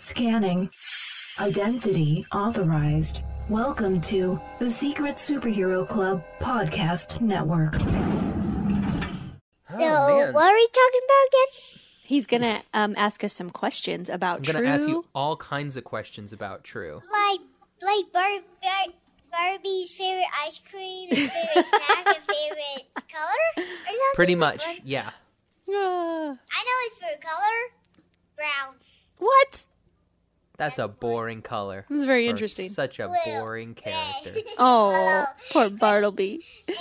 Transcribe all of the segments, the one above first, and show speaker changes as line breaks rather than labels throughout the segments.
Scanning. Identity authorized. Welcome to the Secret Superhero Club Podcast Network.
Oh,
So,
man.
what are we talking about again?
He's gonna um, ask us some questions about
I'm
true.
going to ask you all kinds of questions about True.
Like, like Bar- Bar- Barbie's favorite ice cream, and favorite snack, and favorite color? Or something?
Pretty much, yeah.
Ah,
I know his favorite color, brown.
what?
That's a boring color.
This is Hmm, very
for
interesting.
Such a
Blue,
boring character.
Red.
Oh,
Hello.
poor Bartleby.
And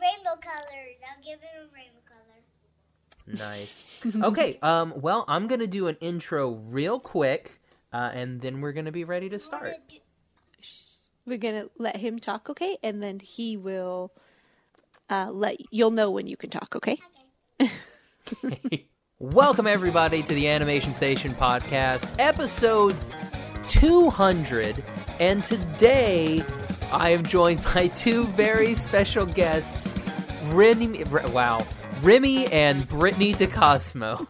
rainbow colors. I'll give him rainbow color.
nice. Okay, um, well, I'm going to do an intro real quick, uh, and then we're going to be ready to start.
Wanna do-
We're gonna let him talk, okay? And then he will uh, let you'll know when you can talk, okay?
Welcome, everybody, to the Animation Station Podcast, episode 200. And today, I am joined by two very special guests, Remy, R- wow, Remy and Brittany DeCosmo.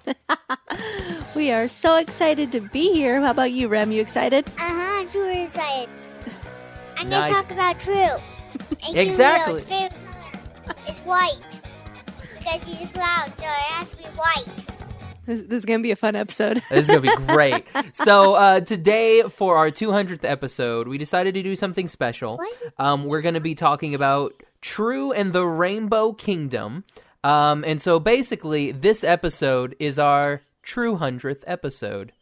We are so excited to be here. How about you, Rem? You excited?
Uh-huh, I'm super excited. I'm
Nice.
gonna talk about Drew. And
Exactly.
Drew's favorite color is white. Because he's a clown, so it has to be white.
This, this is gonna be a fun episode.
This is going to be great. So, uh, today, for our 200th episode, we decided to do something special. Um, we're going to be talking about True and the Rainbow Kingdom. Um, and so, basically, this episode is our True 100th episode.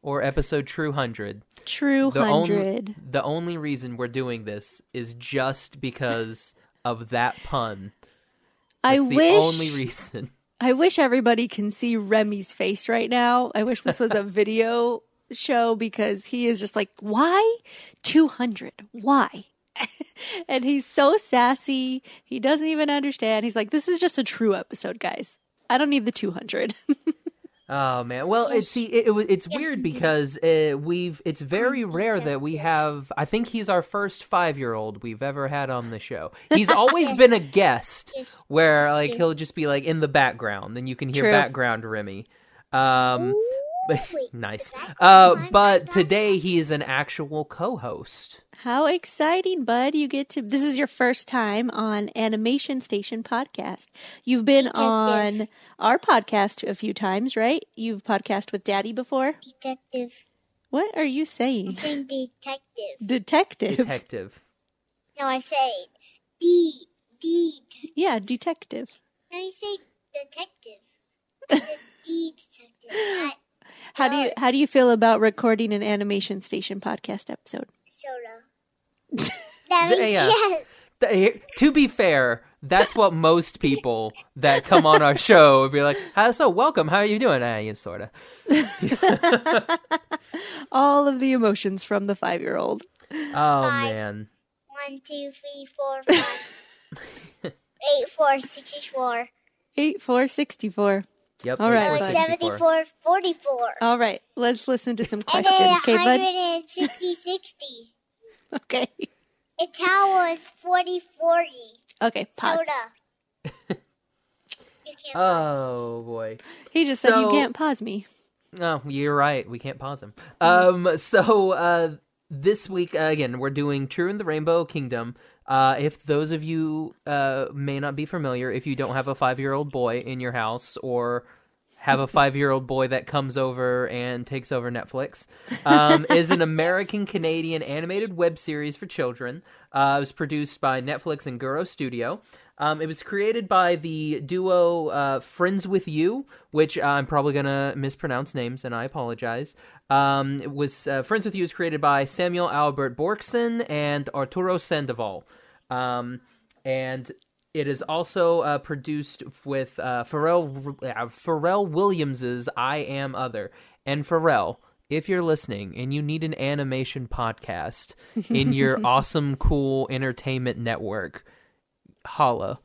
Or episode True 100.
True
The
hundred.
only the only reason we're doing this is just because of that pun.
I
It's the
wish
only reason.
I wish everybody can see Remy's face right now. I wish this was a video show because he is just like, why 200? Why? and he's so sassy. He doesn't even understand. He's like, this is just a true episode, guys. I don't need the 200.
Oh man! Well, it, see, it, it, wa- it's weird because uh, we've. It's
Oh,
very rare that we have. I think he's our first five-year-old we've ever had on the show. He's always been a guest, where like he'll just be like in the background, then you can hear
True.
background Remy. Um, nice.
background
Uh,
noise,
but
background
today he is an actual co-host.
How exciting, bud. You get to, this is your first time on Animation Station podcast. You've been on our podcast a few times, right? You've podcast with daddy before.
Detective.
What are you saying?
I'm saying detective.
Detective.
Detective.
No, I say D D
Yeah, detective.
No, you say detective. The D detective. Not
How do you how do you feel about recording an animation station podcast episode?
soda. That
Th-
means
yeah.
yes.
Th- here- to be fair, that's what most people that come on our show would be like, "Hi, so welcome. How are you doing?" Ah, you sorta.
All of the emotions from the five year old.
Oh man.
One, two, three, four, five. Eight, four, sixty-four.
Eight four sixty four.
Yep.
All right,
So it's
8464.
seventy-four, forty-four.
Oh,
All right, let's listen to some
And
questions,
then
okay, bud?
160, 60.
Okay.
Italian is 40, 40.
Okay, pause.
Soda. you can't.
Oh boy.
He just said you
So-
can't pause me.
Oh, you're right. We can't pause him. Um. So, uh, this week uh, again, we're doing True in the Rainbow Kingdom. Uh, if those of you uh may not be familiar, if you don't have a five year old boy in your house or have a five year old boy that comes over and takes over Netflix, um, is an American Canadian animated web series for children. Uh, it was produced by Netflix and Guro Studio. Um, it was created by the duo uh, Friends with You, which uh, I'm probably gonna mispronounce names, and I apologize. Um, it was uh, Friends with You was created by Samuel Albert Borkson and Arturo Sandoval. Um, and it is also uh, produced with uh, Pharrell uh, Pharrell Williams's "I Am Other." And Pharrell, if you're listening and you need an animation podcast in your awesome, cool entertainment network, holla.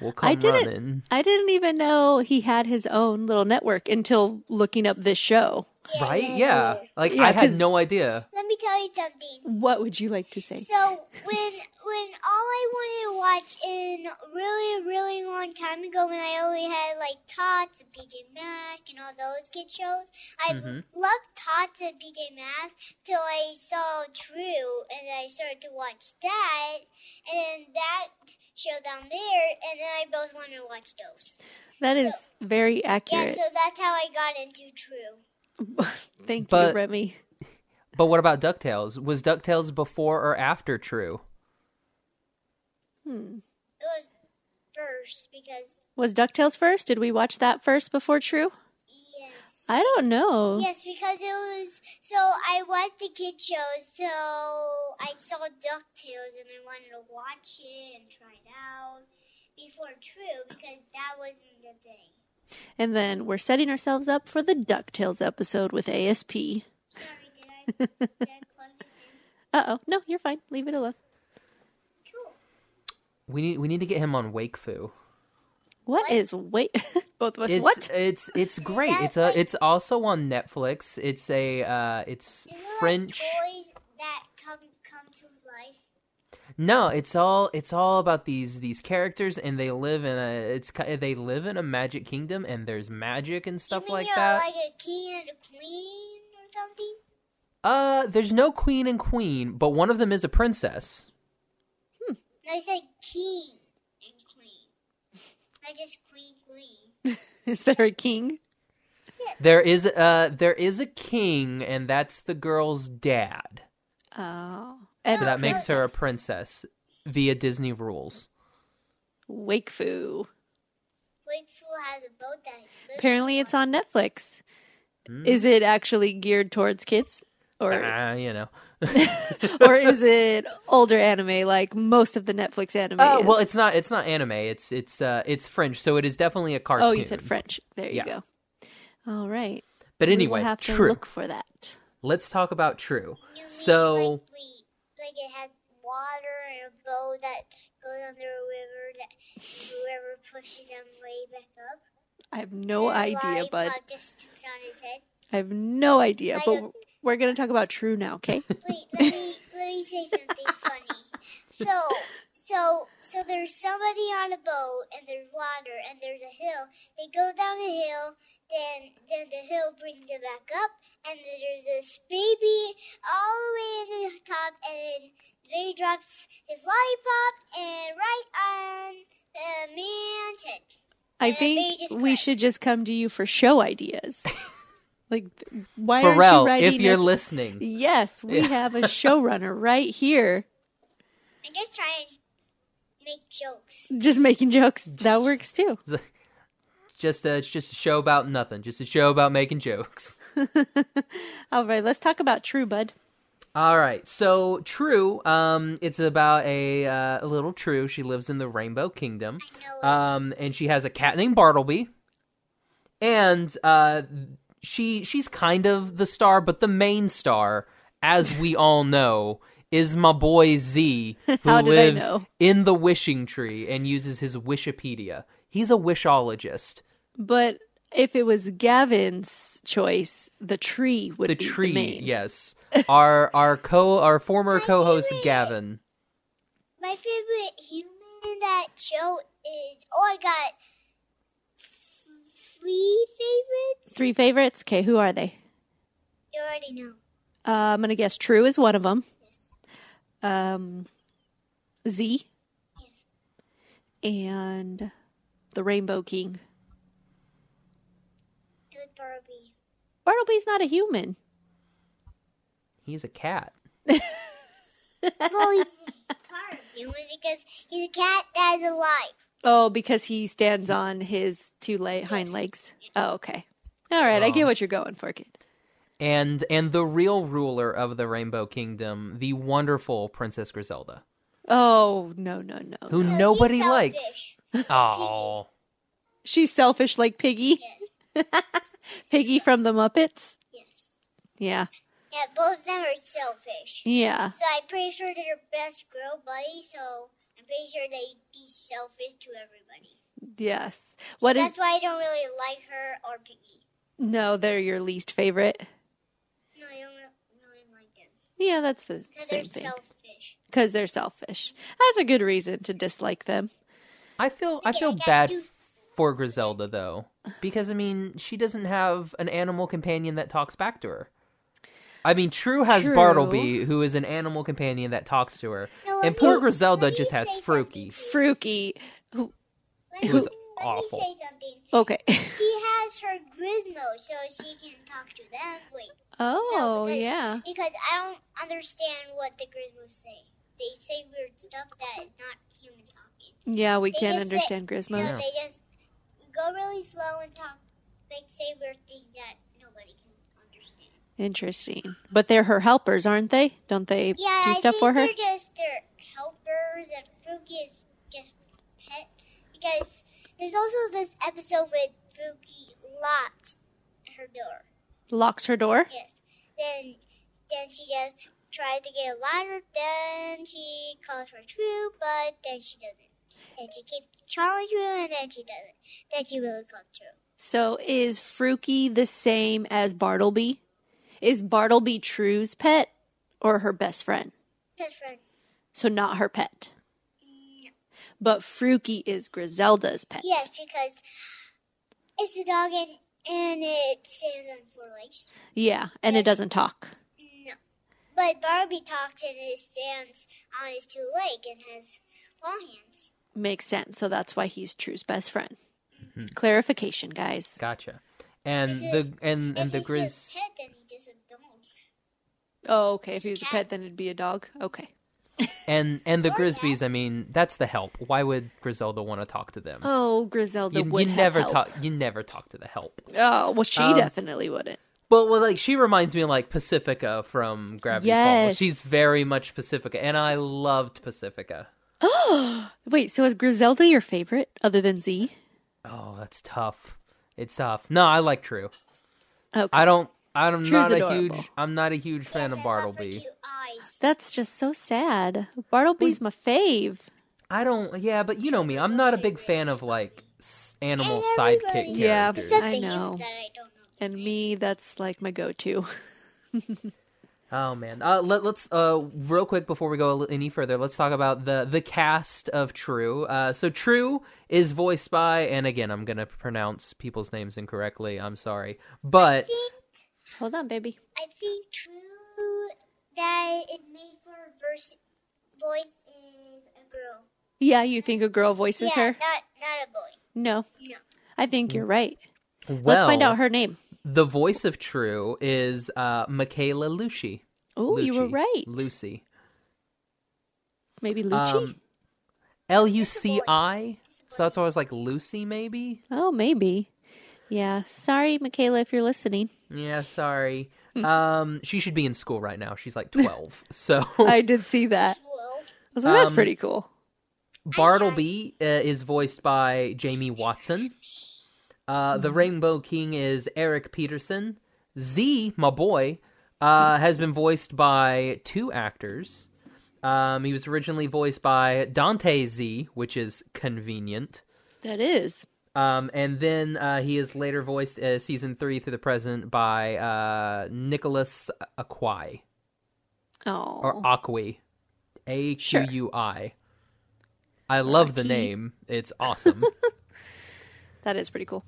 We'll come
I didn't
running.
I didn't even know he had his own little network until looking up this show.
Right? Yeah. Like
Yeah,
I had
'cause-
no idea.
Let me tell you say something.
What would you like to say?
So when when all I wanted to watch in really really long time ago when I only had like Tots and PJ Masks and all those kid shows, I
Mhm.
loved Tots and PJ Masks till I saw True and I started to watch that and then that show down there and then I both wanted to watch those.
That is very
Yeah,
accurate.
so that's how I got into True.
Thank you,
But-
Remy.
But what about DuckTales? Was DuckTales before or after True?
It was first because
Was DuckTales first? Did we watch that first before True?
yes.
I don't know.
Yes, because it was so I watched the kid shows, so I saw DuckTales and I wanted to watch it and try it out before True because that wasn't the thing.
And then we're setting ourselves up for the DuckTales episode with ASP.
Sorry, did I, did I plug this in?
Uh oh. No, you're fine. Leave it alone.
Cool.
We need we need to get him on Wakefu.
what? is wait? Both of us.
It's
what?
it's it's great. It's a it's also on Netflix. It's a uh it's
Is it
French.
like toys that come come to life?
No, it's all it's all about these these characters and they live in a it's ki- they live in a magic kingdom and there's magic and
You
stuff
mean
like
you're
that.
like a king and a queen or something?
Uh, there's no queen and queen, but one of them is a princess.
No, I said king and queen. I just queen queen.
Is there a king?
There is uh there is a king, and that's the girl's dad.
Oh.
So that makes her a princess via Disney rules.
Wakefoo.
Wait, fool has a boat that looks
Apparently, it's on Netflix.
Hmm.
Is it actually geared towards kids, or
Ah, you know.
or is it older anime like most of the Netflix anime?
Uh,
is?
well, it's not it's not anime. It's it's uh it's French, so it is definitely a cartoon.
oh, you said French. There you
Yeah.
go. All right.
But
we
anyway,
will have to
true.
look for that.
Let's talk about true.
You mean
So
like, we, like it has water and a boat that goes under a river that whoever pushes them way back up.
I have no
And a
idea, bud.
lollipop just sticks on his head.
I have no idea,
I
but
don't-
we're going to talk about True now, okay?
Wait, let me let me say something funny. So, so, so there's somebody on a boat, and there's water, and there's a hill. They go down a hill, then then the hill brings them back up, and then there's this baby all the way in the top, and the baby drops his lollipop, and right on the man's head.
I
Yeah,
think
they just
we
crashed.
should just come to you for show ideas. like, th- why aren't you
Pharrell,
writing
if you're
us-
listening,
Yes, we
Yeah.
have a showrunner right here
I just try and make jokes.
just making jokes. That works too.
just uh, it's just a show about nothing. Just a show about making jokes.
All right, let's talk about True, bud.
All right. So True, um, it's about a, uh, a little True. She lives in the Rainbow Kingdom,
I know it.
um, and she has a cat named Bartleby, and uh, she she's kind of the star, but the main star, as we all know, is my boy Z, who
How did I
lives
know?
in the wishing tree and uses his Wishipedia. He's a wishologist.
But if it was Gavin's choice, the tree would
The
be
tree,
the main.
yes. Our our co our former co-host Gavin.
My favorite human in that show is oh, I got three favorites.
Three favorites. Okay, who are they?
You already know.
Uh, I'm gonna guess True is one of them. Um, Z
Yes.
and the Rainbow King.
It was Barbie.
Bartleby's not a human.
He's a cat.
Well, he's part of human because he's a cat that's alive.
Oh, because he stands on his two le- hind legs. Oh, okay. All right, I get what you're going for, kid.
and and the real ruler of the Rainbow Kingdom, the wonderful Princess Griselda,
Oh no, no, no.
who
No, she's
nobody likes.
selfish.
Oh,
She's selfish like Piggy.
Yes.
Piggy from the Muppets.
Yes.
Yeah,
Yeah, both of them are selfish.
yeah.
So I'm pretty sure they're best girl buddies. So I'm pretty sure they'd be selfish to everybody.
Yes. What is?
That's why I don't really like her or Piggy.
No, they're your least favorite.
No, I don't re- really like them.
Yeah, that's the
Because
same
they're
thing.
selfish.
Because they're selfish. That's a good reason to dislike them.
I feel I
Okay, I
feel
got
bad
you.
for Griselda though, because I mean she doesn't have an animal companion that talks back to her. I mean, True has
True.
Bartleby, who is an animal companion that talks to her,
No, let
and
me-
poor
let
Griselda
me
just has
say
Fruki.
Fruki. who-
Let
It
me,
was
let
awful.
me say something.
Okay.
She has her grismo, so she can talk to them. Wait, no,
oh,
because,
yeah.
Because I don't understand what the grismos say. They say weird stuff that is not human talking.
Yeah, we
They
can't
just say-
understand Grismos.
No, they just go really slow and talk, like say weird things that nobody can understand.
Interesting. But they're her helpers, aren't they? Don't they
Yeah,
do
I
stuff
think
for her?
they're just their helpers, and Fruki is just pet. Because there's also this episode with Fruki locked her door.
Locks her door.
Yes. Then, then she just tried to get a ladder. Then she calls for True, but then she doesn't. Then she keeps calling True, and then she doesn't. Then she really calls True.
So is Fruki the same as Bartleby? Is Bartleby True's pet or her best friend?
Best friend.
So not her pet. But Fruki is Griselda's pet.
Yes, because it's a dog and and it stands on four legs.
Yeah, and it doesn't talk.
No. But Barbie talks and it stands on his two leg and has claw hands.
Makes sense. So that's why he's True's best friend.
Mm-hmm.
Clarification, guys.
Gotcha. And
This
the
is-
and and
if
the
he's
Grizz.
his pet, then he just a dog.
Oh, okay. If he was
He's a
a pet,
cat.
then it'd be a dog. Okay.
And and the
Or
Grisbys, I mean, that's the help. Why would Griselda want to talk to them?
Oh, Griselda
you, you
would have
never
help.
talk. You never talk to the help.
Oh, well, she
Um,
definitely wouldn't.
But well, like she reminds me of like Pacifica from Gravity Falls.
Yes.
She's very much Pacifica, and I loved Pacifica.
Wait, so is Griselda your favorite other than Z?
Oh, that's tough. It's tough. No, I like True.
Okay.
I don't. I'm
True's
not a
adorable.
huge. I'm not a huge fan
Yes,
of
I love her
Bartleby.
cute eyes.
That's just so sad. Bartleby's my fave.
I don't. Yeah, but you know me. I'm not a big fan of like s- animal
And everybody-
sidekick
Yeah.
characters.
It's just
I
the
know.
youth that I don't know.
And me, that's like my go to.
Oh man. Uh, let, let's uh, real quick before we go a li- any further. Let's talk about the the cast of True. Uh, so True is voiced by, and again, I'm gonna pronounce people's names incorrectly. I'm sorry, but
Hold on, baby.
I think true that it made for a verse voice is a girl.
Yeah, you think a girl voices
yeah,
her?
not not a boy.
No.
No.
I think you're right.
well,
Let's find out her name.
The voice of True is uh, Michaela Lucci.
Oh, you were
Lucci.
right.
Lucy.
Maybe Lucci?
Um, L U C I. So that's why I was like Lucy, maybe.
oh, maybe. Yeah. Sorry, Michaela, if you're listening.
Yeah, sorry.
Hmm.
um, she should be in school right now. She's like twelve. So
I did see that.
Well,
I was like, that's
Um,
pretty cool.
Bartleby uh, is voiced by Jamie Watson. Uh, the Rainbow King is Eric Peterson. Z, my boy, uh, has been voiced by two actors. Um, he was originally voiced by Dante Z, which is convenient.
That is.
Um, and then uh, he is later voiced uh, season three through the present by uh, Nicholas Aquai
Oh.
or Aqui, A Q
Sure.
U I. I love the
Aqui.
name; it's awesome.
that is pretty cool.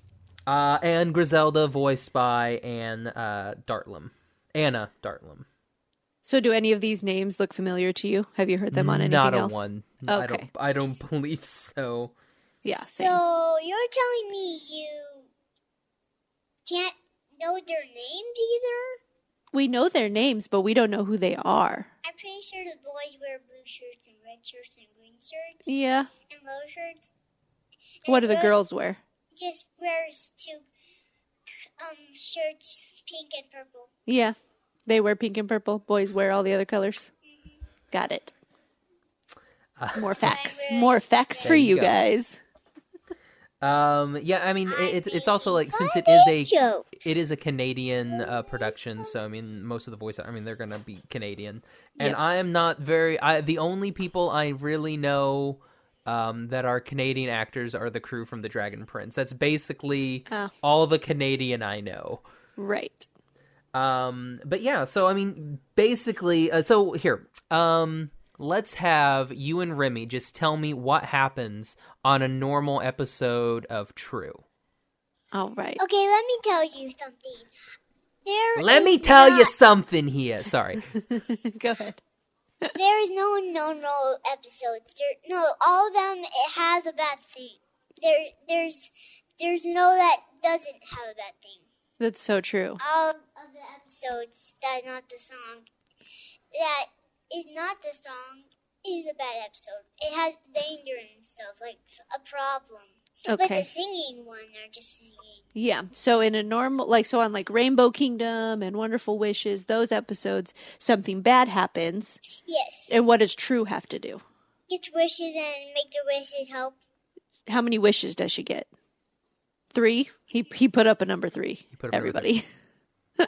uh, and Griselda, voiced by Anne uh, Dartlam, Anna Dartlam.
So, do any of these names look familiar to you? Have you heard them on anything
Not a
else?
one. I don't.
Okay.
I don't believe so.
Yeah. Same.
so you're telling me you can't know their names either?
we know their names, but we don't know who they are.
I'm pretty sure the boys wear blue shirts and red shirts and green shirts
Yeah.
and low shirts. And
What do the girls wear?
Just wears two um shirts, pink and purple.
Yeah. They wear pink and purple. Boys wear all the other colors. Got it. More facts. More facts
Uh,
for
There you
you
go.
guys.
Um. Yeah. I mean, it, it, it's also like since it is a
Joe.
it is a Canadian uh, production, so I mean, most of the voice. I mean, they're gonna be Canadian, and
Yep.
I am not very. I the only people I really know um, that are Canadian actors are the crew from The Dragon Prince. That's basically
Oh.
all the Canadian I know.
Right.
Um, but yeah, so I mean, basically, uh, so here, um, let's have you and Remy just tell me what happens on a normal episode of True.
All right.
Okay, let me tell you something. There
Let
is
me tell you
not-
something here. Sorry.
Go ahead.
There is no no no episodes. There, no, all of them it has a bad thing. There there's there's no that doesn't have a bad thing.
That's so true.
All of the episodes that not the song that is not the song is a bad episode. It has danger and stuff like a problem. But
Okay.
the singing one are just singing.
Yeah. So in a normal like so on like Rainbow Kingdom and Wonderful Wishes, those episodes, something bad happens.
Yes,
And what does True have to do?
get your wishes and make the wishes help.
How many wishes does she get? Three? He he put up a number three.
He put up a number
everybody.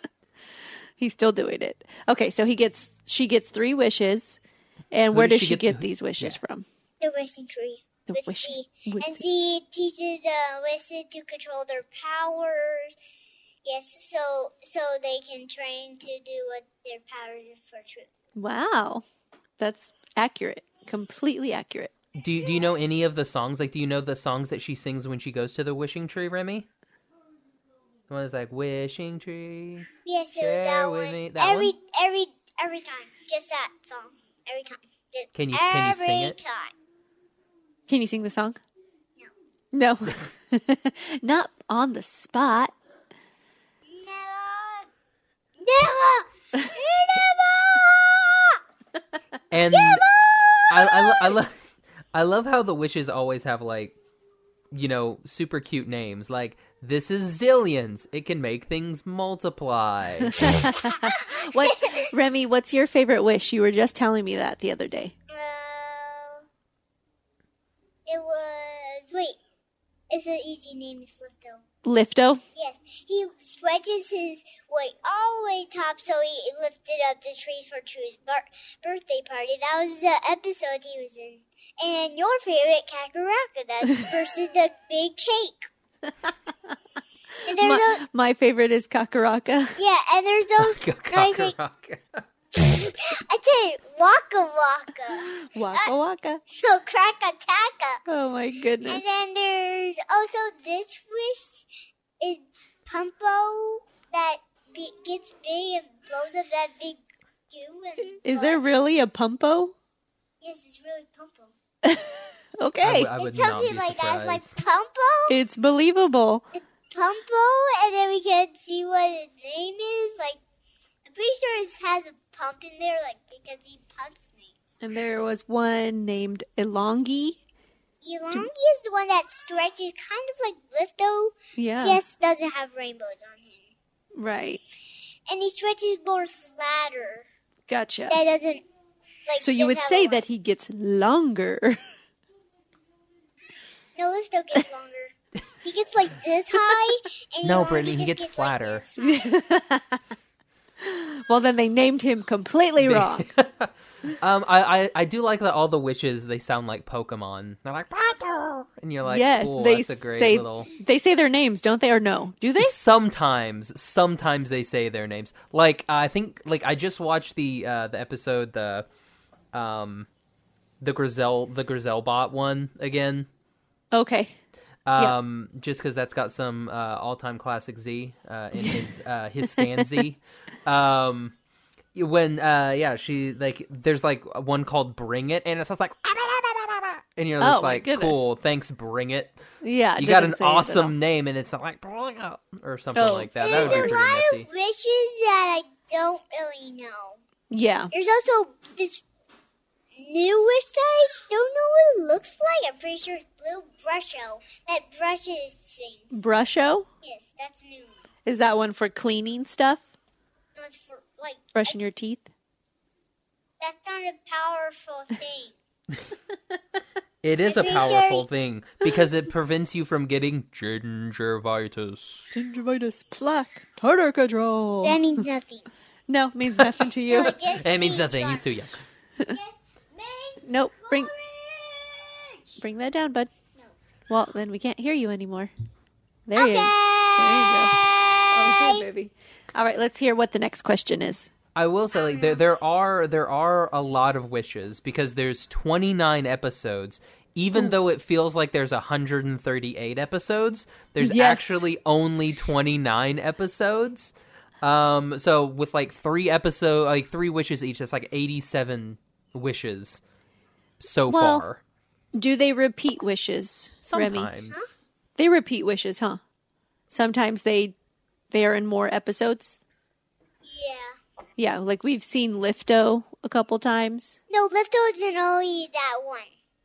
He's still doing it. Okay, so he gets she gets three wishes. And
Who
where
does
does
she
she
get-
get, these wishes from?
The wishing tree.
The
with
wish-
Z.
with
and
Z.
Z teaches the wizard to control their powers. Yes, so so they can train to do what their powers are for truth.
Wow. That's accurate. Completely accurate.
Do you, do you know any of the songs? Like, do you know the songs that she sings when she goes to the wishing tree, Remy? The one that's like wishing tree.
Yeah, so
Share
that
with
one
me that
every every every time, just that song every time. Just
Can you- can you sing
every
it?
Time.
Can you sing the song? No. No. Not on the spot.
Never, never, never.
And I, I, lo- I, lo- I love how the wishes always have like, you know, super cute names. Like this is zillions. It can make things multiply.
What Remy, what's your favorite wish? You were just telling me that the other day.
Well, it was wait. It's an easy name, it's Lifto.
Lifto?
Yes, he stretches his weight all the way top, so he lifted up the trees for True's bar- birthday party. That was the episode he was in. And your favorite, Kakaraka, that versus the big cake. And there's
My, my favorite is Kakaraka.
a, yeah, and there's those. I say,
Kakaraka.
I say, waka waka,
Waka waka.
so cracka taka.
Oh my
And
goodness.
then there's also this wish is Pumpo that be- gets big and blows up that big goo. And
Is there really a pumpo?
Yes, it's really Pumpo.
I
Okay.
would- I would
it's
not be
something like
surprised.
that. It's like Pumpo,
It's believable.
Pumpo, and then we can see what his name is. Like, I'm pretty sure it has a pump in there, like because he pumps things.
And there was one named Elongi.
Elongi is the one that stretches, kind of like Lifto,
Yeah.
just doesn't have rainbows on him,
Right.
and he stretches more flatter.
Gotcha.
that doesn't like.
So you
just
would
have
say
a
that he gets longer.
No, this still gets longer. he gets like this high. And
No,
you know,
Brittany, he
just
gets
like,
flatter.
this high.
well, then they named him completely wrong.
um, I, I I do like that all the wishes they sound like Pokemon. They're like "Papa," and you're like,
yes,
cool,
they
that's a great
say
little.
they say their names, don't they? Or no? Do they?
Sometimes, sometimes they say their names. Like I think, like I just watched the uh, the episode the, um, the Grizel the Grizelbot one again.
Okay. Yeah.
Um, just because that's got some uh, all-time classic Z uh, in his uh, his stand Z. Um, when uh, yeah, she like there's like one called Bring It, and it's just like "Ah, and you're just
Oh, my
like
goodness.
cool, thanks, Bring It.
Yeah. it
You got
doesn't
an
say it uh, at all.
awesome name, and it's like Bring It or something
Oh.
like that. That
There's
would be
a lot
pretty nifty.
of wishes that I don't really know.
Yeah.
There's also this new wish that I don't know what it looks like. I'm pretty sure it's blue brusho that brushes things.
Brusho
Yes, that's a new. one.
is that one for cleaning stuff,
No, it's for like
brushing your teeth?
that's not a powerful thing.
It is a
Pretty sure
powerful
he-
thing because it prevents you from getting gingivitis.
Gingivitis, plaque, tartar control.
that means nothing.
no, means nothing to you.
No, it just
It means nothing. He's too young.
Yes, makes
nope. Bring
orange.
bring that down, bud.
No.
Well, then we can't hear you anymore. There you. There you go.
Okay.
Okay, baby. All right, let's hear what the next question is.
I will say like there there are there are a lot of wishes because there's 29 episodes. Even though it feels like there's 138 episodes, there's
Yes.
actually only 29 episodes. Um so with like 3 episode like 3 wishes each, that's like 87 wishes so
Well,
far.
Do they repeat wishes, Remy?
Sometimes.
They repeat wishes, huh? Sometimes they they are in more episodes.
Yeah.
Yeah, like we've seen Lifto a couple times,
No, Lifto isn't only that one.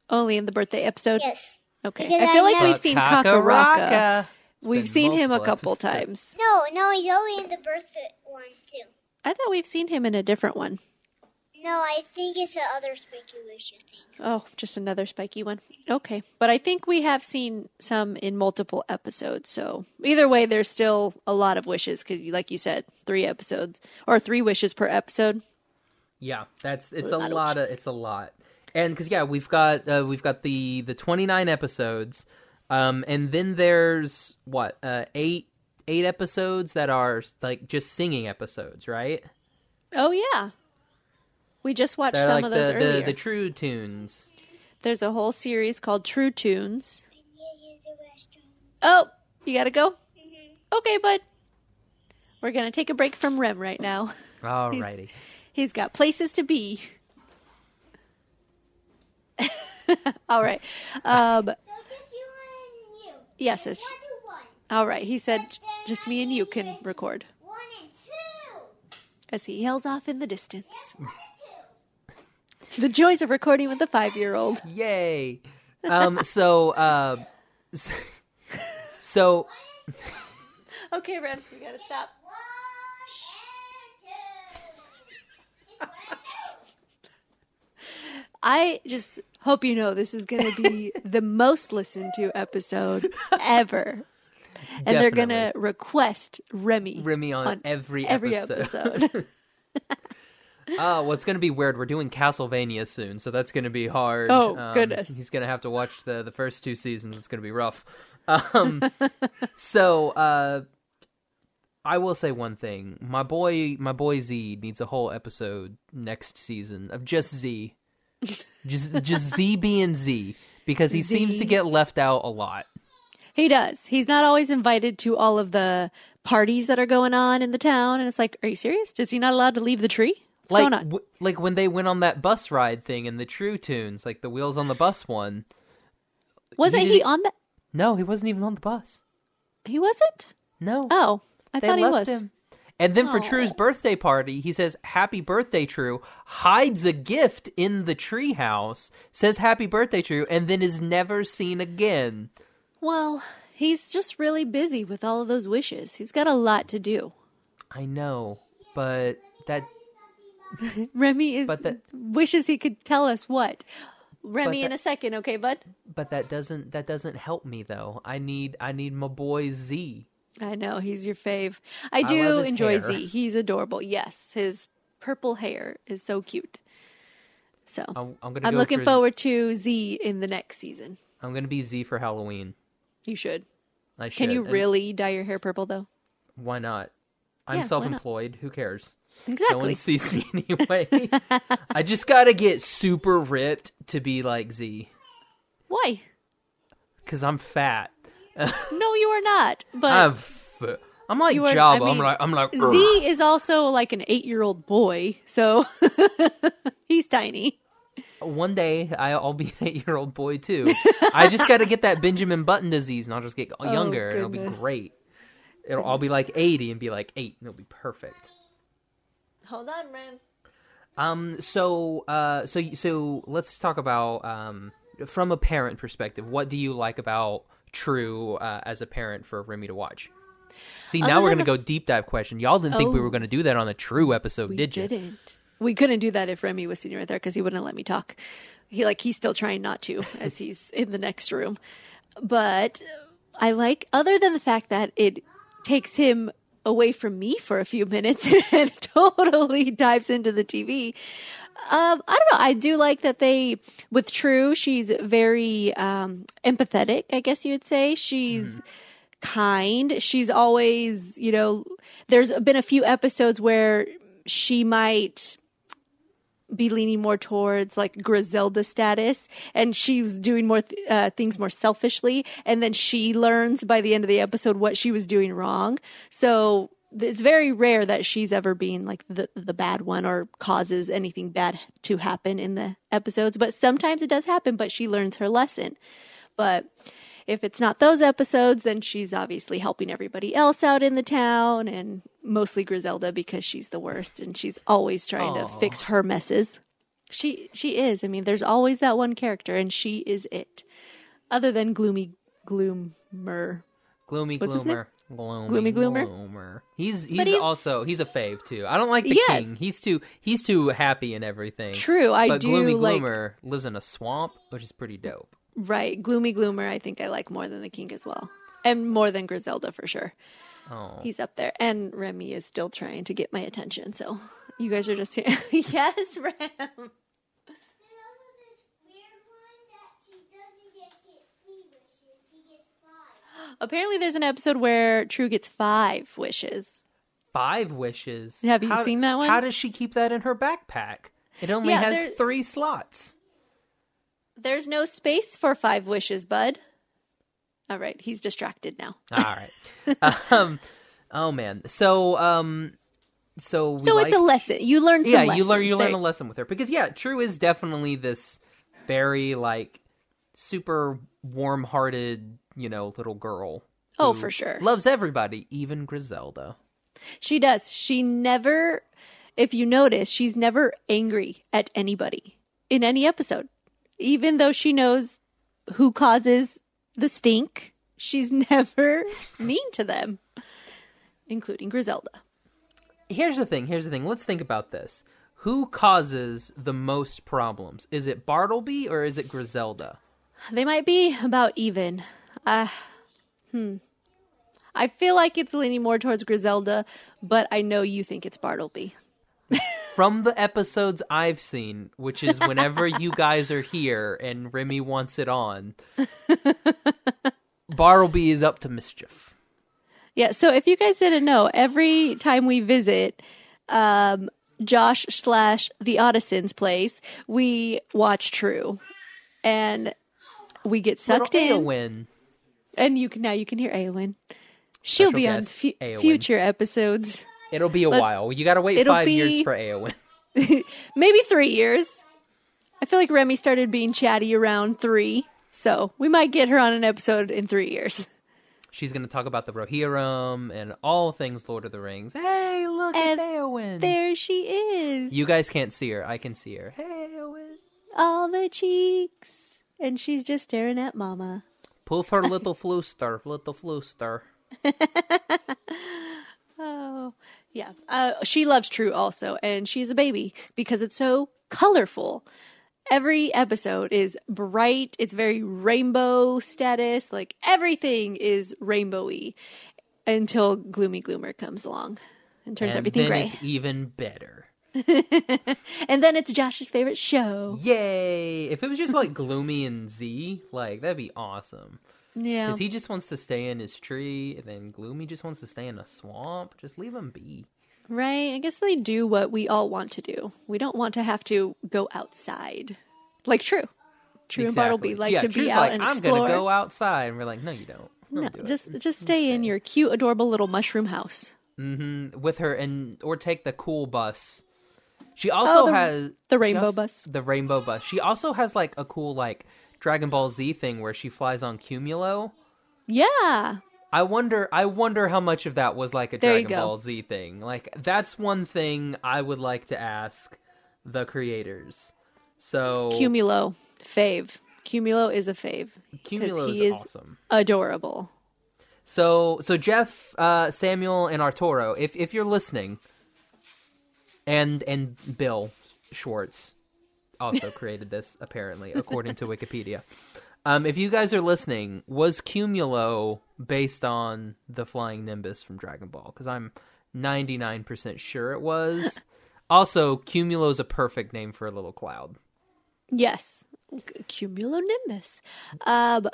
only in the birthday episode.
Yes.
Okay,
Because
I feel
I
like
know-
we've seen Kakaraka.
Uh, Kakaraka.
We've
Been
seen him a
multiple
couple
episodes.
times.
No, no, he's only in the birth one too.
I thought we've seen him in a different one.
No, I think it's the other Spooky Wisher thing.
Oh, just another spiky one. Okay. But I think we have seen some in multiple episodes. So either way, there's still a lot of wishes because, like you said, three episodes or three wishes per episode.
Yeah, that's it's a
lot
lot,
of
of,
wishes.
it's a lot, and because yeah, we've got uh, we've got the the twenty nine episodes, um, and then there's what uh, eight eight episodes that are like just singing episodes, right?
Oh, yeah. We just watched
They're
some
like
of those
the,
earlier.
the the true tunes.
There's a whole series called True Tunes.
I need you the restroom.
Oh, you got to go? Okay, bud. We're going to take a break from Rem right now.
Alrighty,
He's got places to be. All right. Um,
So just you and you.
yes, it's.
One to one.
All right, he said, "J- just me and you can record
One and two.
as he yells off in the distance.
One and two.
The joys of recording with a five year old.
yay! Um, so uh, so
Okay, Rev, you gotta stop.
One and two. It's one and two.
I just hope you know this is gonna be the most listened to episode ever. And they're gonna request Remy.
Remy on, every
every episode.
Oh, well, it's going to be weird. We're doing Castlevania soon, so that's going to be hard. Um,
Oh, goodness.
He's going to have to watch the, the first two seasons. It's going to be rough. Um, so, uh, I will say one thing. My boy, my boy Z needs a whole episode next season of just Z, just just Z being Z because he seems to
Z.
get left out a lot.
he does. He's not always invited to all of the parties that are going on in the town. And it's like, are you serious? Is he not allowed to leave the tree? What's
like
going on?
w- like when they went on that bus ride thing in the True Tunes, like the Wheels on the Bus one.
Wasn't
he
he,
didn't-
on the?
No, he wasn't even on the bus.
He wasn't.
No.
Oh, I
They
thought he was. Oh.
left him. And then for
Aw.
True's birthday party, he says "Happy birthday, True." Hides a gift in the treehouse, says "Happy birthday, True," and then is never seen again.
Well, he's just really busy with all of those wishes. He's got a lot to do.
I know, but that
Remy is
But the-
wishes he could tell us what. Remy
the-
in a second, okay, bud?
but that doesn't that doesn't help me though. I need I need my boy Z.
I know he's your fave. I do
love his
enjoy
hair.
Z. He's adorable. Yes, his purple hair is so cute. So
I'm, I'm gonna.
I'm
go
looking
for Z-
forward to Z in the next season.
I'm gonna be Z for Halloween.
You should.
I should.
Can you
and
really dye your hair purple though?
Why not?
Yeah, why
I'm
not?
self-employed. Who cares?
Exactly.
No one sees me anyway. I just gotta get super ripped to be like Z.
Why?
because I'm fat.
No, you are not. But
I'm f- I'm like
You are- I
Jabba. I
mean,
am like I'm like
Z is also like an eight year old boy, so he's tiny.
"Ugh." one day I- I'll be an eight year old boy too. I just got to get that Benjamin Button disease, and I'll just get younger, and it'll be
Oh, goodness.
great. It'll I'll be like eighty and be like eight, and it'll be perfect.
Hold on, Ren.
Um. So uh. So so let's talk about um from a parent perspective. What do you like about True uh, as a parent for Remy to watch? See, now
Other
we're
than
gonna
the
go deep dive question. Y'all didn't think we
Oh.
were gonna do that on the True episode,
We
did you?
didn't. We couldn't do that if Remy was sitting right there because he wouldn't let me talk. He like he's still trying not to as he's in the next room. But I like other than the fact that it takes him away from me for a few minutes and totally dives into the TV. Um, I don't know. I do like that they with
Hmm.
True, she's very um empathetic, I guess you would say. She's kind. She's always, you know, there's been a few episodes where she might be leaning more towards like Griselda status and she was doing more th- uh, things more selfishly and then she learns by the end of the episode what she was doing wrong. So th- it's very rare that she's ever being like the the bad one or causes anything bad to happen in the episodes, but sometimes it does happen but she learns her lesson. But if it's not those episodes, then she's obviously helping everybody else out in the town and mostly Griselda because she's the worst and she's always trying to
Aw.
fix her messes. She she is. I mean, there's always that one character and she is it. Other than gloomy gloomer.
Gloomy
What's his
Gloomer. Gloomy,
Gloomy Gloomer?
Gloomer. He's he's
But he-
also he's a fave too. I don't like the
Yes.
king. He's too he's too happy and everything.
True, I
but
do
Gloomy
like
Gloomer lives in a swamp, which is pretty dope.
right, gloomy gloomer I think I like more than the king as well. And more than Griselda for sure.
Oh,
He's up there, and Remy is still trying to get my attention. So you guys are just here. yes, Rem.
There's also this weird one that she doesn't get get three wishes. She gets five.
Apparently, there's an episode where True gets five wishes.
five wishes.
Have you seen that one?
How does she keep that in her backpack? It only
Yeah,
has
there-
three slots.
There's no space for five wishes, bud. All right, he's distracted now.
All right. um, oh man. So um, so we
So it's a
liked-
lesson. You learn some.
yeah you learn
lessons.
you learn
There-
a lesson with her because yeah true is definitely this very like super warm-hearted you know little girl
Oh,
who
for sure.
loves everybody even griselda
She does. She never, if you notice, she's never angry at anybody in any episode. Even though she knows who causes the stink, she's never mean to them, including Griselda.
here's the thing here's the thing let's think about this who causes the most problems is it bartleby or is it griselda
They might be about even. Uh, hmm. I feel like it's leaning more towards Griselda, but I know you think it's Bartleby.
from the episodes I've seen, which is whenever you guys are here and Remy wants it on, Bartleby is up to mischief.
Yeah, so if you guys didn't know, every time we visit um, Josh slash the Oddisons place, we watch True, and we get sucked
Little
in.
Eowyn.
And you can now you can hear Aowen. She'll
Special
be on
guest,
fu-
Eowyn.
future episodes,
It'll be a
Let's-
while. You gotta wait
it'll
five
be-
years for Eowyn.
maybe three years. I feel like Remy started being chatty around three, so we might get her on an episode in three years.
She's gonna talk about the Rohirrim and all things Lord of the Rings. Hey, look,
And
it's Eowyn.
There she is.
You guys can't see her. I can see her. Hey, Eowyn.
All the cheeks, and she's just staring at Mama.
Poof her little flooster, little flooster.
Oh, yeah. Uh, she loves True also, and she's a baby because it's so colorful. Every episode is bright. It's very rainbow status. Like everything is rainbowy until Gloomy Gloomer comes along and turns
and
everything
then
gray.
it's even better.
And then it's Josh's favorite show.
Yay! If it was just like gloomy and Z, like that'd be awesome.
Yeah.
Because he just wants to stay in his tree, and then Gloomy just wants to stay in a swamp. Just leave him be.
Right. I guess they do what we all want to do. We don't want to have to go outside. Like True. True and Bartleby like
yeah,
to
Drew's
be out
like,
and
I'm
explore.
gonna go outside, and we're like, no, you don't.
No,
Don't do
just just stay in your cute, adorable little mushroom house.
it. with her, and or take the cool bus. She also
Oh, the-
has
the
she
rainbow
also-
bus.
The rainbow bus. She also has like a cool like Dragon Ball Z thing where she flies on Cumulo.
Yeah,
I wonder I wonder how much of that was like a
There you
Dragon
go.
Ball Z thing. Like that's one thing I would like to ask the creators. So
Cumulo, fave. Cumulo is a fave.
Cumulo
he is-
awesome.
Adorable.
So so Jeff, uh, Samuel and Arturo, if if you're listening and and Bill Schwartz also created this apparently according to Wikipedia. Um, if you guys are listening, was Cumulo based on the flying nimbus from Dragon Ball? Because I'm 99% sure it was. also, Cumulo is a perfect name for a little cloud.
Yes, C- cumulonimbus. Um,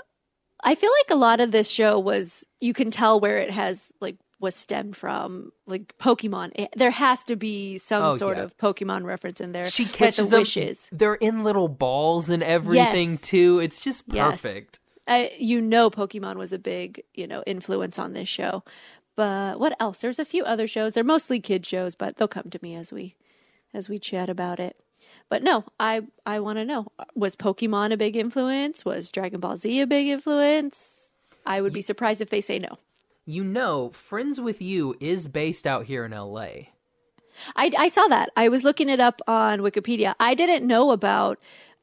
I feel like a lot of this show was you can tell where it has like was stemmed from like Pokemon. It, there has to be some
Oh,
sort
yeah.
of Pokemon reference in there.
She
with
catches
the
them.
wishes.
They're in little balls and everything too. It's just
Yes.
perfect.
I, you know, Pokemon was a big you know influence on this show. But what else? There's a few other shows. They're mostly kid shows, but they'll come to me as we as we chat about it. But no, I I want to know was Pokemon a big influence? Was Dragon Ball Z a big influence? I would be surprised if they say no.
You know, Friends with You is based out here in L.A.
I, I saw that. I was looking it up on Wikipedia. I didn't know about.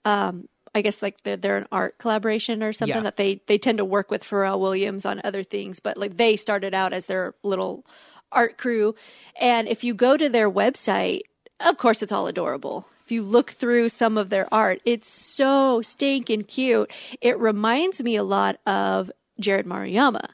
Um, I guess like they're, they're an art collaboration or something
Yeah.
that they they tend to work with Pharrell Williams on other things, but like they started out as their little art crew. And if you go to their website, of course it's all adorable. If you look through some of their art, it's so stinking cute. It reminds me a lot of Jared Mariyama.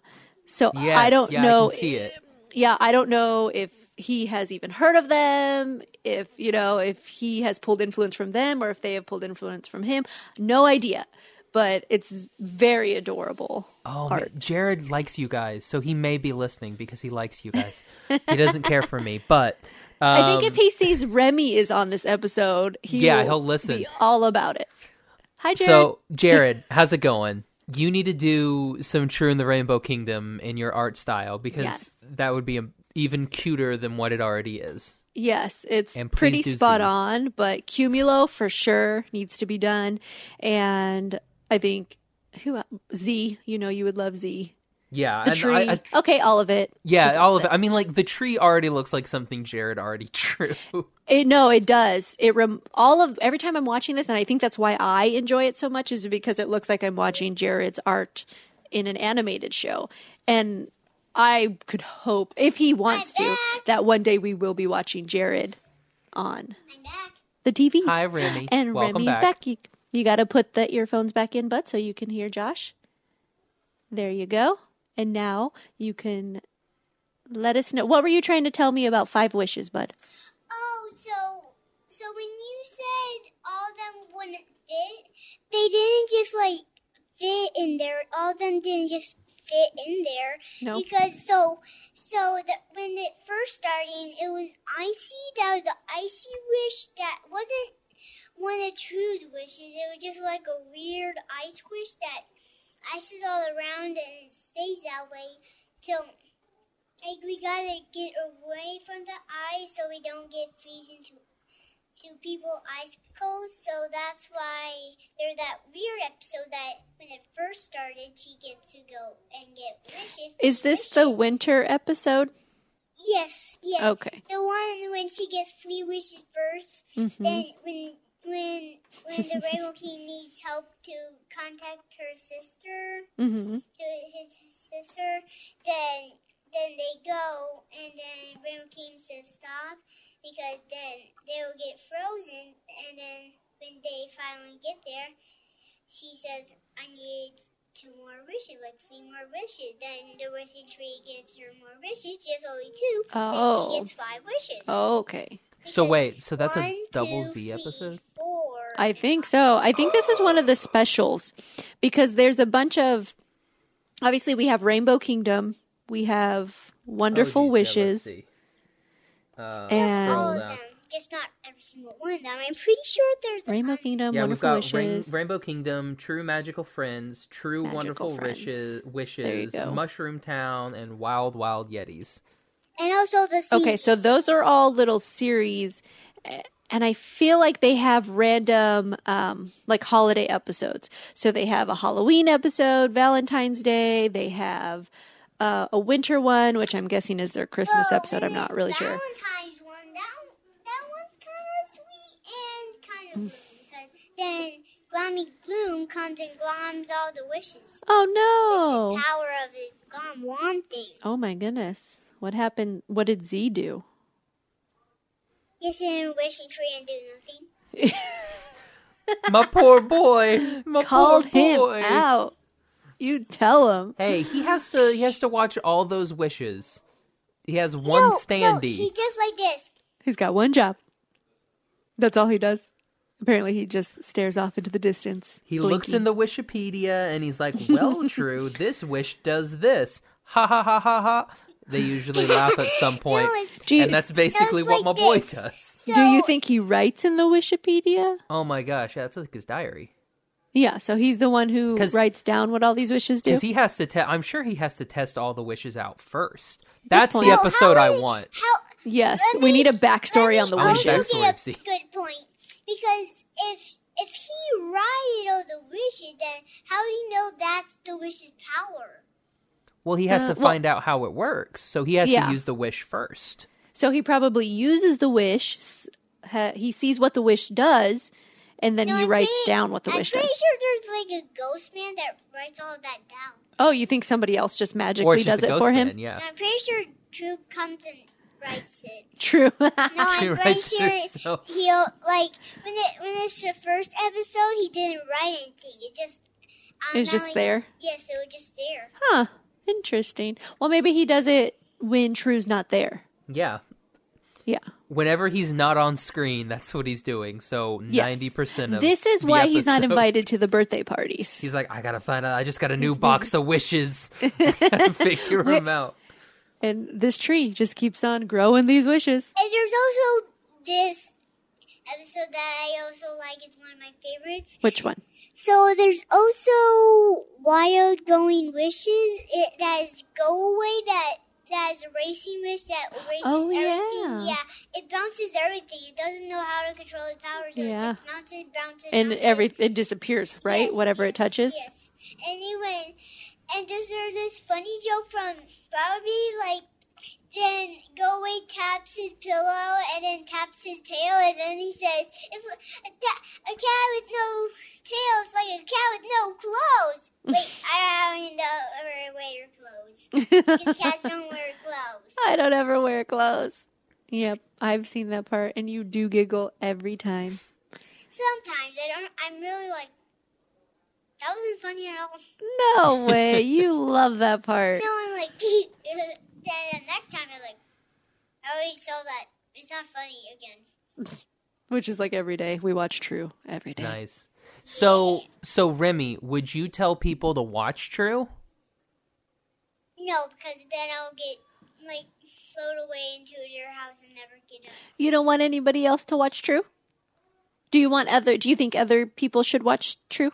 So
Yes,
I don't
yeah,
know
I can see it.
yeah, I don't know if he has even heard of them, if you know, if he has pulled influence from them or if they have pulled influence from him. No idea. But it's very adorable.
Oh, man. Jared likes you guys, so he may be listening because he likes you guys. he doesn't care for me, but um,
I think if he sees Remy is on this episode, he
Yeah,
will
he'll listen.
be all about it. Hi, Jared.
So, Jared, how's it going? You need to do some True in the Rainbow Kingdom in your art style because
Yes.
that would be um, even cuter than what it already is.
Yes, it's
And please
pretty
do
spot
see.
on, but Cumulo for sure needs to be done. And I think who el- Z, you know, you would love Z.
Yeah, and
The
I-
tree.
I-
okay, all of it.
yeah,
Just
all of it. I mean, like the tree already looks like something Jared already drew.
It, no, it does. It rem- all of every time I'm watching this, and I think that's why I enjoy it so much, is because it looks like I'm watching Jared's art in an animated show, and I could hope if he wants to that one day we will be watching Jared on
I'm back.
the TV.
Hi, Remy.
And
Welcome
Remy's
back.
You, you got to put the earphones back in, bud, so you can hear Josh. There you go. And now you can let us know. What were you trying to tell me about five wishes, bud?
Oh, so so when you said all of them wouldn't fit, they didn't just like fit in there. All of them didn't just fit in there
No.
because so so that when it first starting, it was icy. That was the icy wish that wasn't one of True's wishes. It was just like a weird ice wish that ice is all around and it stays that way till like we gotta get away from the ice so we don't get freezing to to people ice cold. So that's why there's that weird episode that when it first started, she gets to go and get wishes.
Is this the Oh. winter episode?
Yes, yes.
Okay.
The one when she gets three wishes 1st
Hmm. Mm-hmm.
then when when when the Rainbow King needs help to contact her sister,
Mm-hmm.
to his sister, then then they go and then Rainbow King says stop because then they will get frozen and then when they finally get there, she says I need two more wishes, like three more wishes. Then the wishing tree gets her more wishes, just only two. Then
Oh.
she gets five wishes.
Okay.
So
Because
wait, so that's
one,
a double
two,
Z
three,
episode?
Four.
I think so. I think this is one of the specials because there's a bunch of. Obviously, we have Rainbow Kingdom, we have Wonderful
Oh, geez, yeah, let's
Wishes,
see. Uh,
And-
scroll
all of
down.
them, just not every single one of them. I'm pretty sure there's
Rainbow
un-
Kingdom,
yeah, we've
Wonderful
got Rain-
Wishes.
Rainbow Kingdom, True Magical Friends, True
Magical
Wonderful
Friends.
Wishes,
There you
Wishes,
go.
Mushroom Town, and Wild Wild Yetis.
And also the sea.
Okay, so those are all little series, eh, and I feel like they have random um, like holiday episodes. So they have a Halloween episode, Valentine's Day. They have uh, a winter one, which I'm guessing is their Christmas
Well,
episode. I'm
and
not really sure.
Oh, Valentine's one. That, that one's kind of sweet and kind of
Mm.
gloomy because then Gloomy Gloom comes and gloms all the wishes.
Oh
It's the
no!
power of the glom wand thing.
Oh my goodness! What happened? What did Z do?
Just in a wishing tree and do nothing.
My poor boy. My
Called
poor boy.
him out. You tell him.
Hey, he has to he has to watch all those wishes. He has one
no, No,
standee.
he just like this.
He's got one job. That's all he does. Apparently, he just stares off into the distance.
He looks in the Wikipedia and he's like, "Well, true. This wish does this." Ha ha ha ha ha. They usually laugh at some point,
No, it's-
Do you,
and that's basically
Just
what my
like
boy
this.
does.
So,
do you think he writes in the Wikipedia?
Oh my gosh, yeah, that's like his diary.
Yeah, so he's the one who
'Cause-
writes down what all these wishes do.
Because he has to test. I'm sure he has to test all the wishes out first. That's the
point. Well,
Oh, how
episode I
many-
want.
How
yes,
Let
we
me-
need a backstory
let
on the
me
I need
wishes.
backstory,
also get a
see.
Good point. Because if if he righted all the wishes, then how do you know that's the wish's power?
Well, he has
Uh,
to
well-
find out how it works, so he has
Yeah.
to use the wish first.
So he probably uses the wish. s- ha- He sees what the wish does, and then
No,
he
I'm
writes
pretty-
down what the
I'm
wish
pretty
does.
sure there's like a ghost man that writes all that down.
Oh, you think somebody else
Or
just
it's
magically
just
does
a
it
ghost
for him?
man, yeah.
I'm pretty sure Drew comes and writes it.
True.
No,
She
I'm pretty
writes
sure
herself.
he'll like when it when it's the first episode. He didn't write anything. It just um,
it's just there.
Yes, it was just there.
Huh. Interesting. Well, maybe he does it when True's not there.
Yeah.
Yeah.
Whenever he's not on screen, that's what he's doing. So
Yes.
ninety percent of
This is
Um, the
why he's not
episode-
invited to the birthday parties.
He's like, I gotta find out. I just got a new box of wishes. Gotta figure them out.
and this tree just keeps on growing these wishes.
And there's also this episode that I also like. It's one of my favorites.
Which one?
So there's also Wild Going Wishes. It that is go away that that is a racing wish that erases
Oh,
everything.
yeah.
Yeah. It bounces everything. It doesn't know how to control its powers. So
Yeah.
it just bounces, bounces,
And
bounces.
every it disappears, right?
Yes,
Whatever it
yes,
touches.
Yes. Anyway, and there's there's this funny joke from Bobby, like then go away taps his pillow and then taps his tail and then he says, "It's a, ta- a cat with no tail is like a cat with no clothes." Wait, I don't know where to wear your clothes. 'Cause cats don't wear clothes.
I don't ever wear clothes. Yep, I've seen that part, and you do giggle every time.
Sometimes I don't. I'm really like. That wasn't funny at all.
No way, you love that part.
No, I'm like, then the next time I'm like, I already saw that. It's not funny again.
Which is like every day. We watch True every day.
Nice. So, so Remy, would you tell people to watch True?
No, because then I'll get like float away into their house and never get up.
You don't want anybody else to watch True? Do you want other do you think other people should watch True?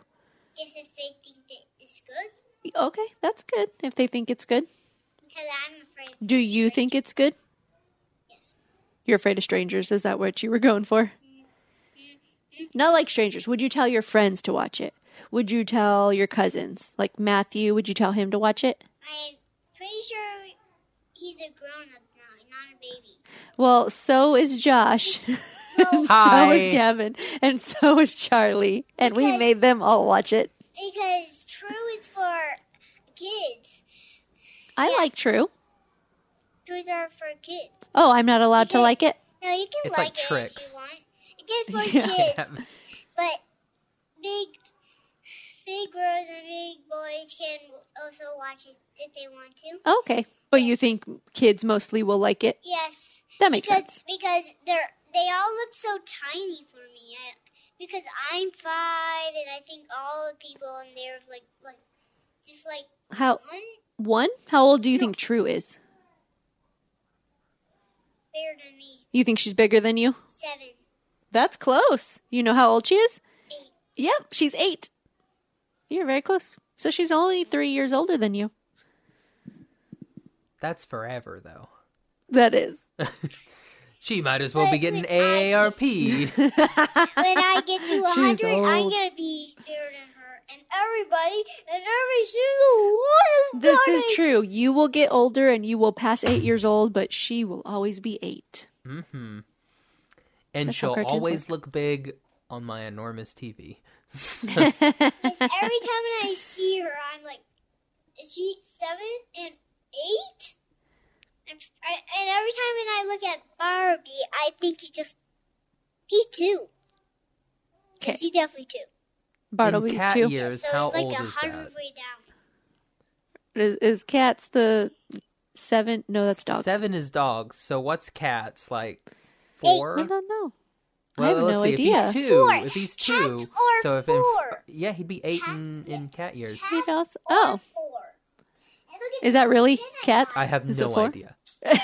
Just if they think that it's good,
Okay, that's good if they think it's good.
because I'm afraid.
Do you think it's good?
Yes.
You're afraid of strangers, is that what you were going for? Not like strangers. Would you tell your friends to watch it? Would you tell your cousins? Like Matthew, would you tell him to watch it?
I'm pretty sure he's a grown up now, not a baby.
Well, so is Josh. And so
Hi.
is Gavin. And so is Charlie. And we
Okay.
made them all watch it.
Because True is for kids.
I like True.
Trues are for kids.
Oh, I'm not allowed to
Okay.
like it?
No, you can
It's like
like, it if
tricks.
you want. It's just for
Yeah.
kids. But big, big girls and big boys can also watch it if they want to.
Oh, Okay. But you think kids mostly will like it?
Yes,
That makes
because
sense.
because they're they all look so tiny for me. I, because I'm five, and I think all the people in there is like like just like
How
one
one? How old do you think True is?
bigger than me,
You think she's bigger than you?
seven.
That's close. You know how old she is?
Eight.
Yep, she's eight. You're very close. So she's only three years older than you.
That's forever, though.
That is.
She might as well be
But
getting
I just-
AARP.
When I get to a
She's
hundred, I'm
old.
gonna be bigger than her, and everybody and every single one of
This is
buddy-
true. You will get older and you will pass eight years old, but she will always be eight.
hmm And
That's how
she'll
cartoons
always
work.
look big on my enormous TV.
Yes, every time I see her, I'm like, is she seven and eight? And, I, and every time when I look at Barbie, I think she's just he's two.
Okay.
And she's definitely two.
In
Bartleby's
cat
too.
years,
so
how
it's like
old
a
is that?
hundred way down.
Is, is cats the seven? No, that's dogs.
Seven is dogs. So what's cats like? Four.
I don't know. I have
Well, let's
no
see.
idea.
If he's two,
Four.
if he's
Cat
two,
or
so if in,
four?
yeah, he'd be eight
Cat-
in, in cat years.
Cats
He knows-
or
oh.
four. And look at
Is that really
the pen
cats?
I have
Is it
no
four?
idea.
got.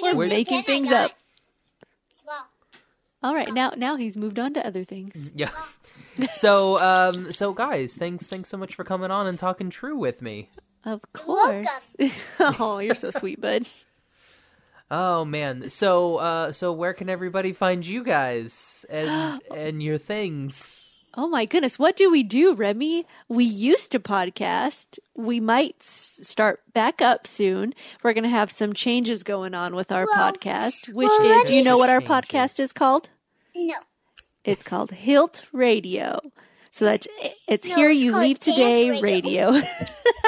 Look
We're
at the pen I
making things
got.
up.
Well,
All right, now now he's moved on to other things.
Yeah. so, um, so guys, thanks, thanks so much for coming on and talking true with me.
Of
welcome.
course. oh, you're so sweet, bud.
Oh man. So, uh, so where can everybody find you guys and and your things?
Oh my goodness, what do we do, Remy? We used to podcast. We might s- start back up soon. We're going to have some changes going on with our
Well,
podcast, which
well,
is
let
do you
me
know what our
Changes.
podcast is called?
no.
It's called Hilt Radio. So that's it's
No,
here
it's
you
called
leave
Dance
today
Radio.
radio.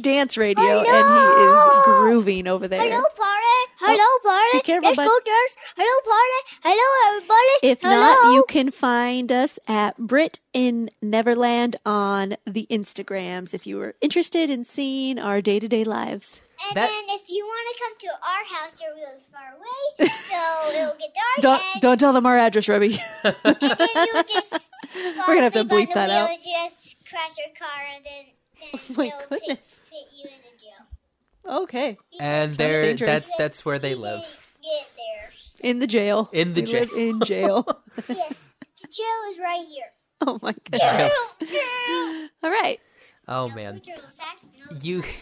Dance radio
Oh, no!
and he is grooving over there.
Hello, party. Hello, party.
Oh, be careful,
Let's
bud.
go, girls. Hello, party. Hello, everybody.
If
Hello.
not, you can find us at Brit in Neverland on the Instagrams if you were interested in seeing our day to day lives.
And
That-
then if you want to come to our house, you're really far away, so it'll get dark.
Don't
and,
don't tell them our address, Ruby.
and then you just fall
We're gonna have to
asleep on
bleep
the
that
wheel
out. Oh
and Just crash your car and then, then
my
they'll Pit,
goodness.
pit you in a jail.
okay.
And there,
dangerous.
that's that's where they
You
live.
didn't Get there.
In the jail.
In the
We live
jail.
in jail.
Yes, the jail is right here.
oh my god.
Yes.
All right.
Oh
No
man.
cultural sacks, no-
you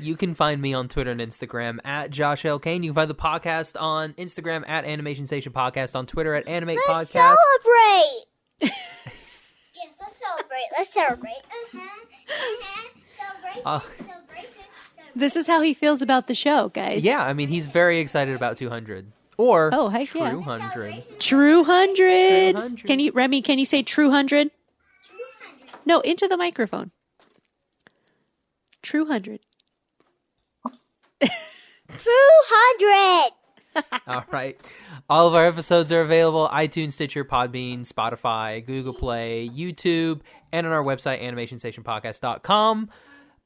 you can find me on Twitter and Instagram at Josh L. Kane. You can find the podcast on Instagram at Animation Station Podcast, on Twitter at Animate
Let's
Podcast.
celebrate. yes, let's celebrate. Let's celebrate. Uh-huh. Uh-huh. Celebrate.
Uh,
celebrate. Celebrate.
This is how he feels about the show, guys.
Yeah, I mean he's very excited about 200 or
Oh, heck
true
yeah.
100.
True hundred.
True hundred.
Can you Remy, can you say true hundred? No, into the microphone. True hundred.
True hundred.
All right. All of our episodes are available iTunes, Stitcher, Podbean, Spotify, Google Play, YouTube, and on our website animationstationpodcast.com.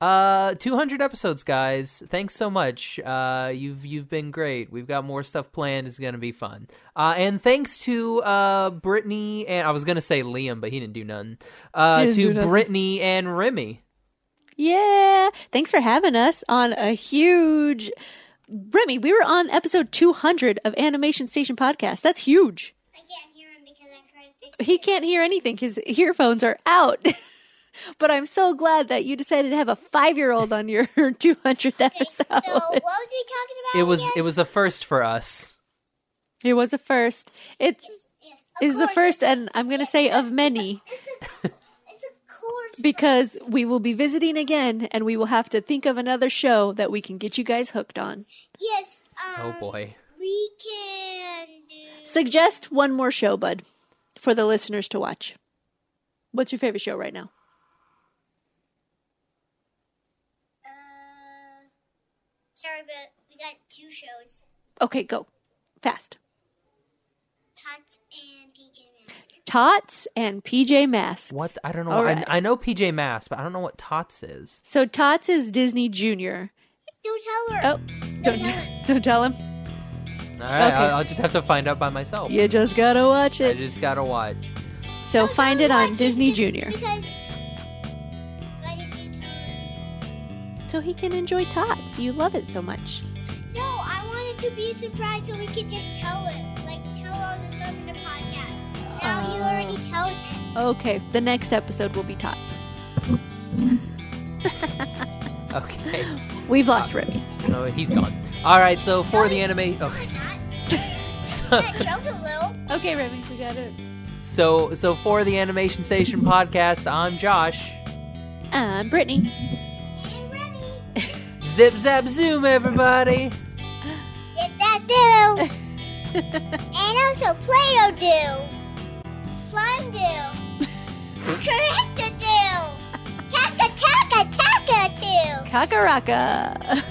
Uh 200 episodes guys. Thanks so much. Uh you've you've been great. We've got more stuff planned. It's going to be fun. Uh and thanks to uh Brittany and I was going to say Liam, but he didn't do none. Uh
He didn't do
to
nothing.
Brittany and Remy.
Yeah. Thanks for having us on a huge. Remy, we were on episode 200 of Animation Station Podcast. That's huge.
I can't hear him because I'm trying to fix.
He can't hear anything. His earphones are out. but I'm so glad that you decided to have a five year old on your 200th
So
episode.
what was we talking about?
It was
Again?
it was a first for us.
It was a first. It
Yes, of
is the
course, It's,
first, and I'm going to say of many,
it's of course.
because we will be visiting again and we will have to think of another show that we can get you guys hooked on.
Yes. Um,
Oh boy.
We can do.
Suggest one more show, bud, for the listeners to watch. What's your favorite show right now?
Uh, sorry, but we got two shows:
Okay, go fast.
Tots and PJ Masks.
Tots and PJ Masks.
What I don't know.
All
I,
right.
I know PJ Masks, but I don't know what Tots is.
So Tots is Disney Junior.
Don't tell her.
Oh, don't don't tell him.
All right,
Okay.
I'll, I'll just have to find out by myself.
You just gotta watch
I
it.
just gotta watch.
So find it on
Watch
Disney
beca-
Junior,
Because. Why did you tell him?
so he can enjoy Tots. You love it so much.
No, I wanted to be surprised so we could just tell him. Like, tell all the stuff in the podcast. Now you
Oh.
already told him.
Okay, the next episode will be Tots.
Okay.
We've lost Remy.
Oh, he's gone. All right, so for the anime. Oh,
I
so,
choked a little.
Okay, Remy, we got it.
so, so for the Animation Station podcast, I'm Josh.
I'm Brittany.
And Remy.
Zip, zap, zoom, everybody.
Zip that do. and also Play-Doh do. Slime do. Correct do. Taka taka taka do.
Kakaraka.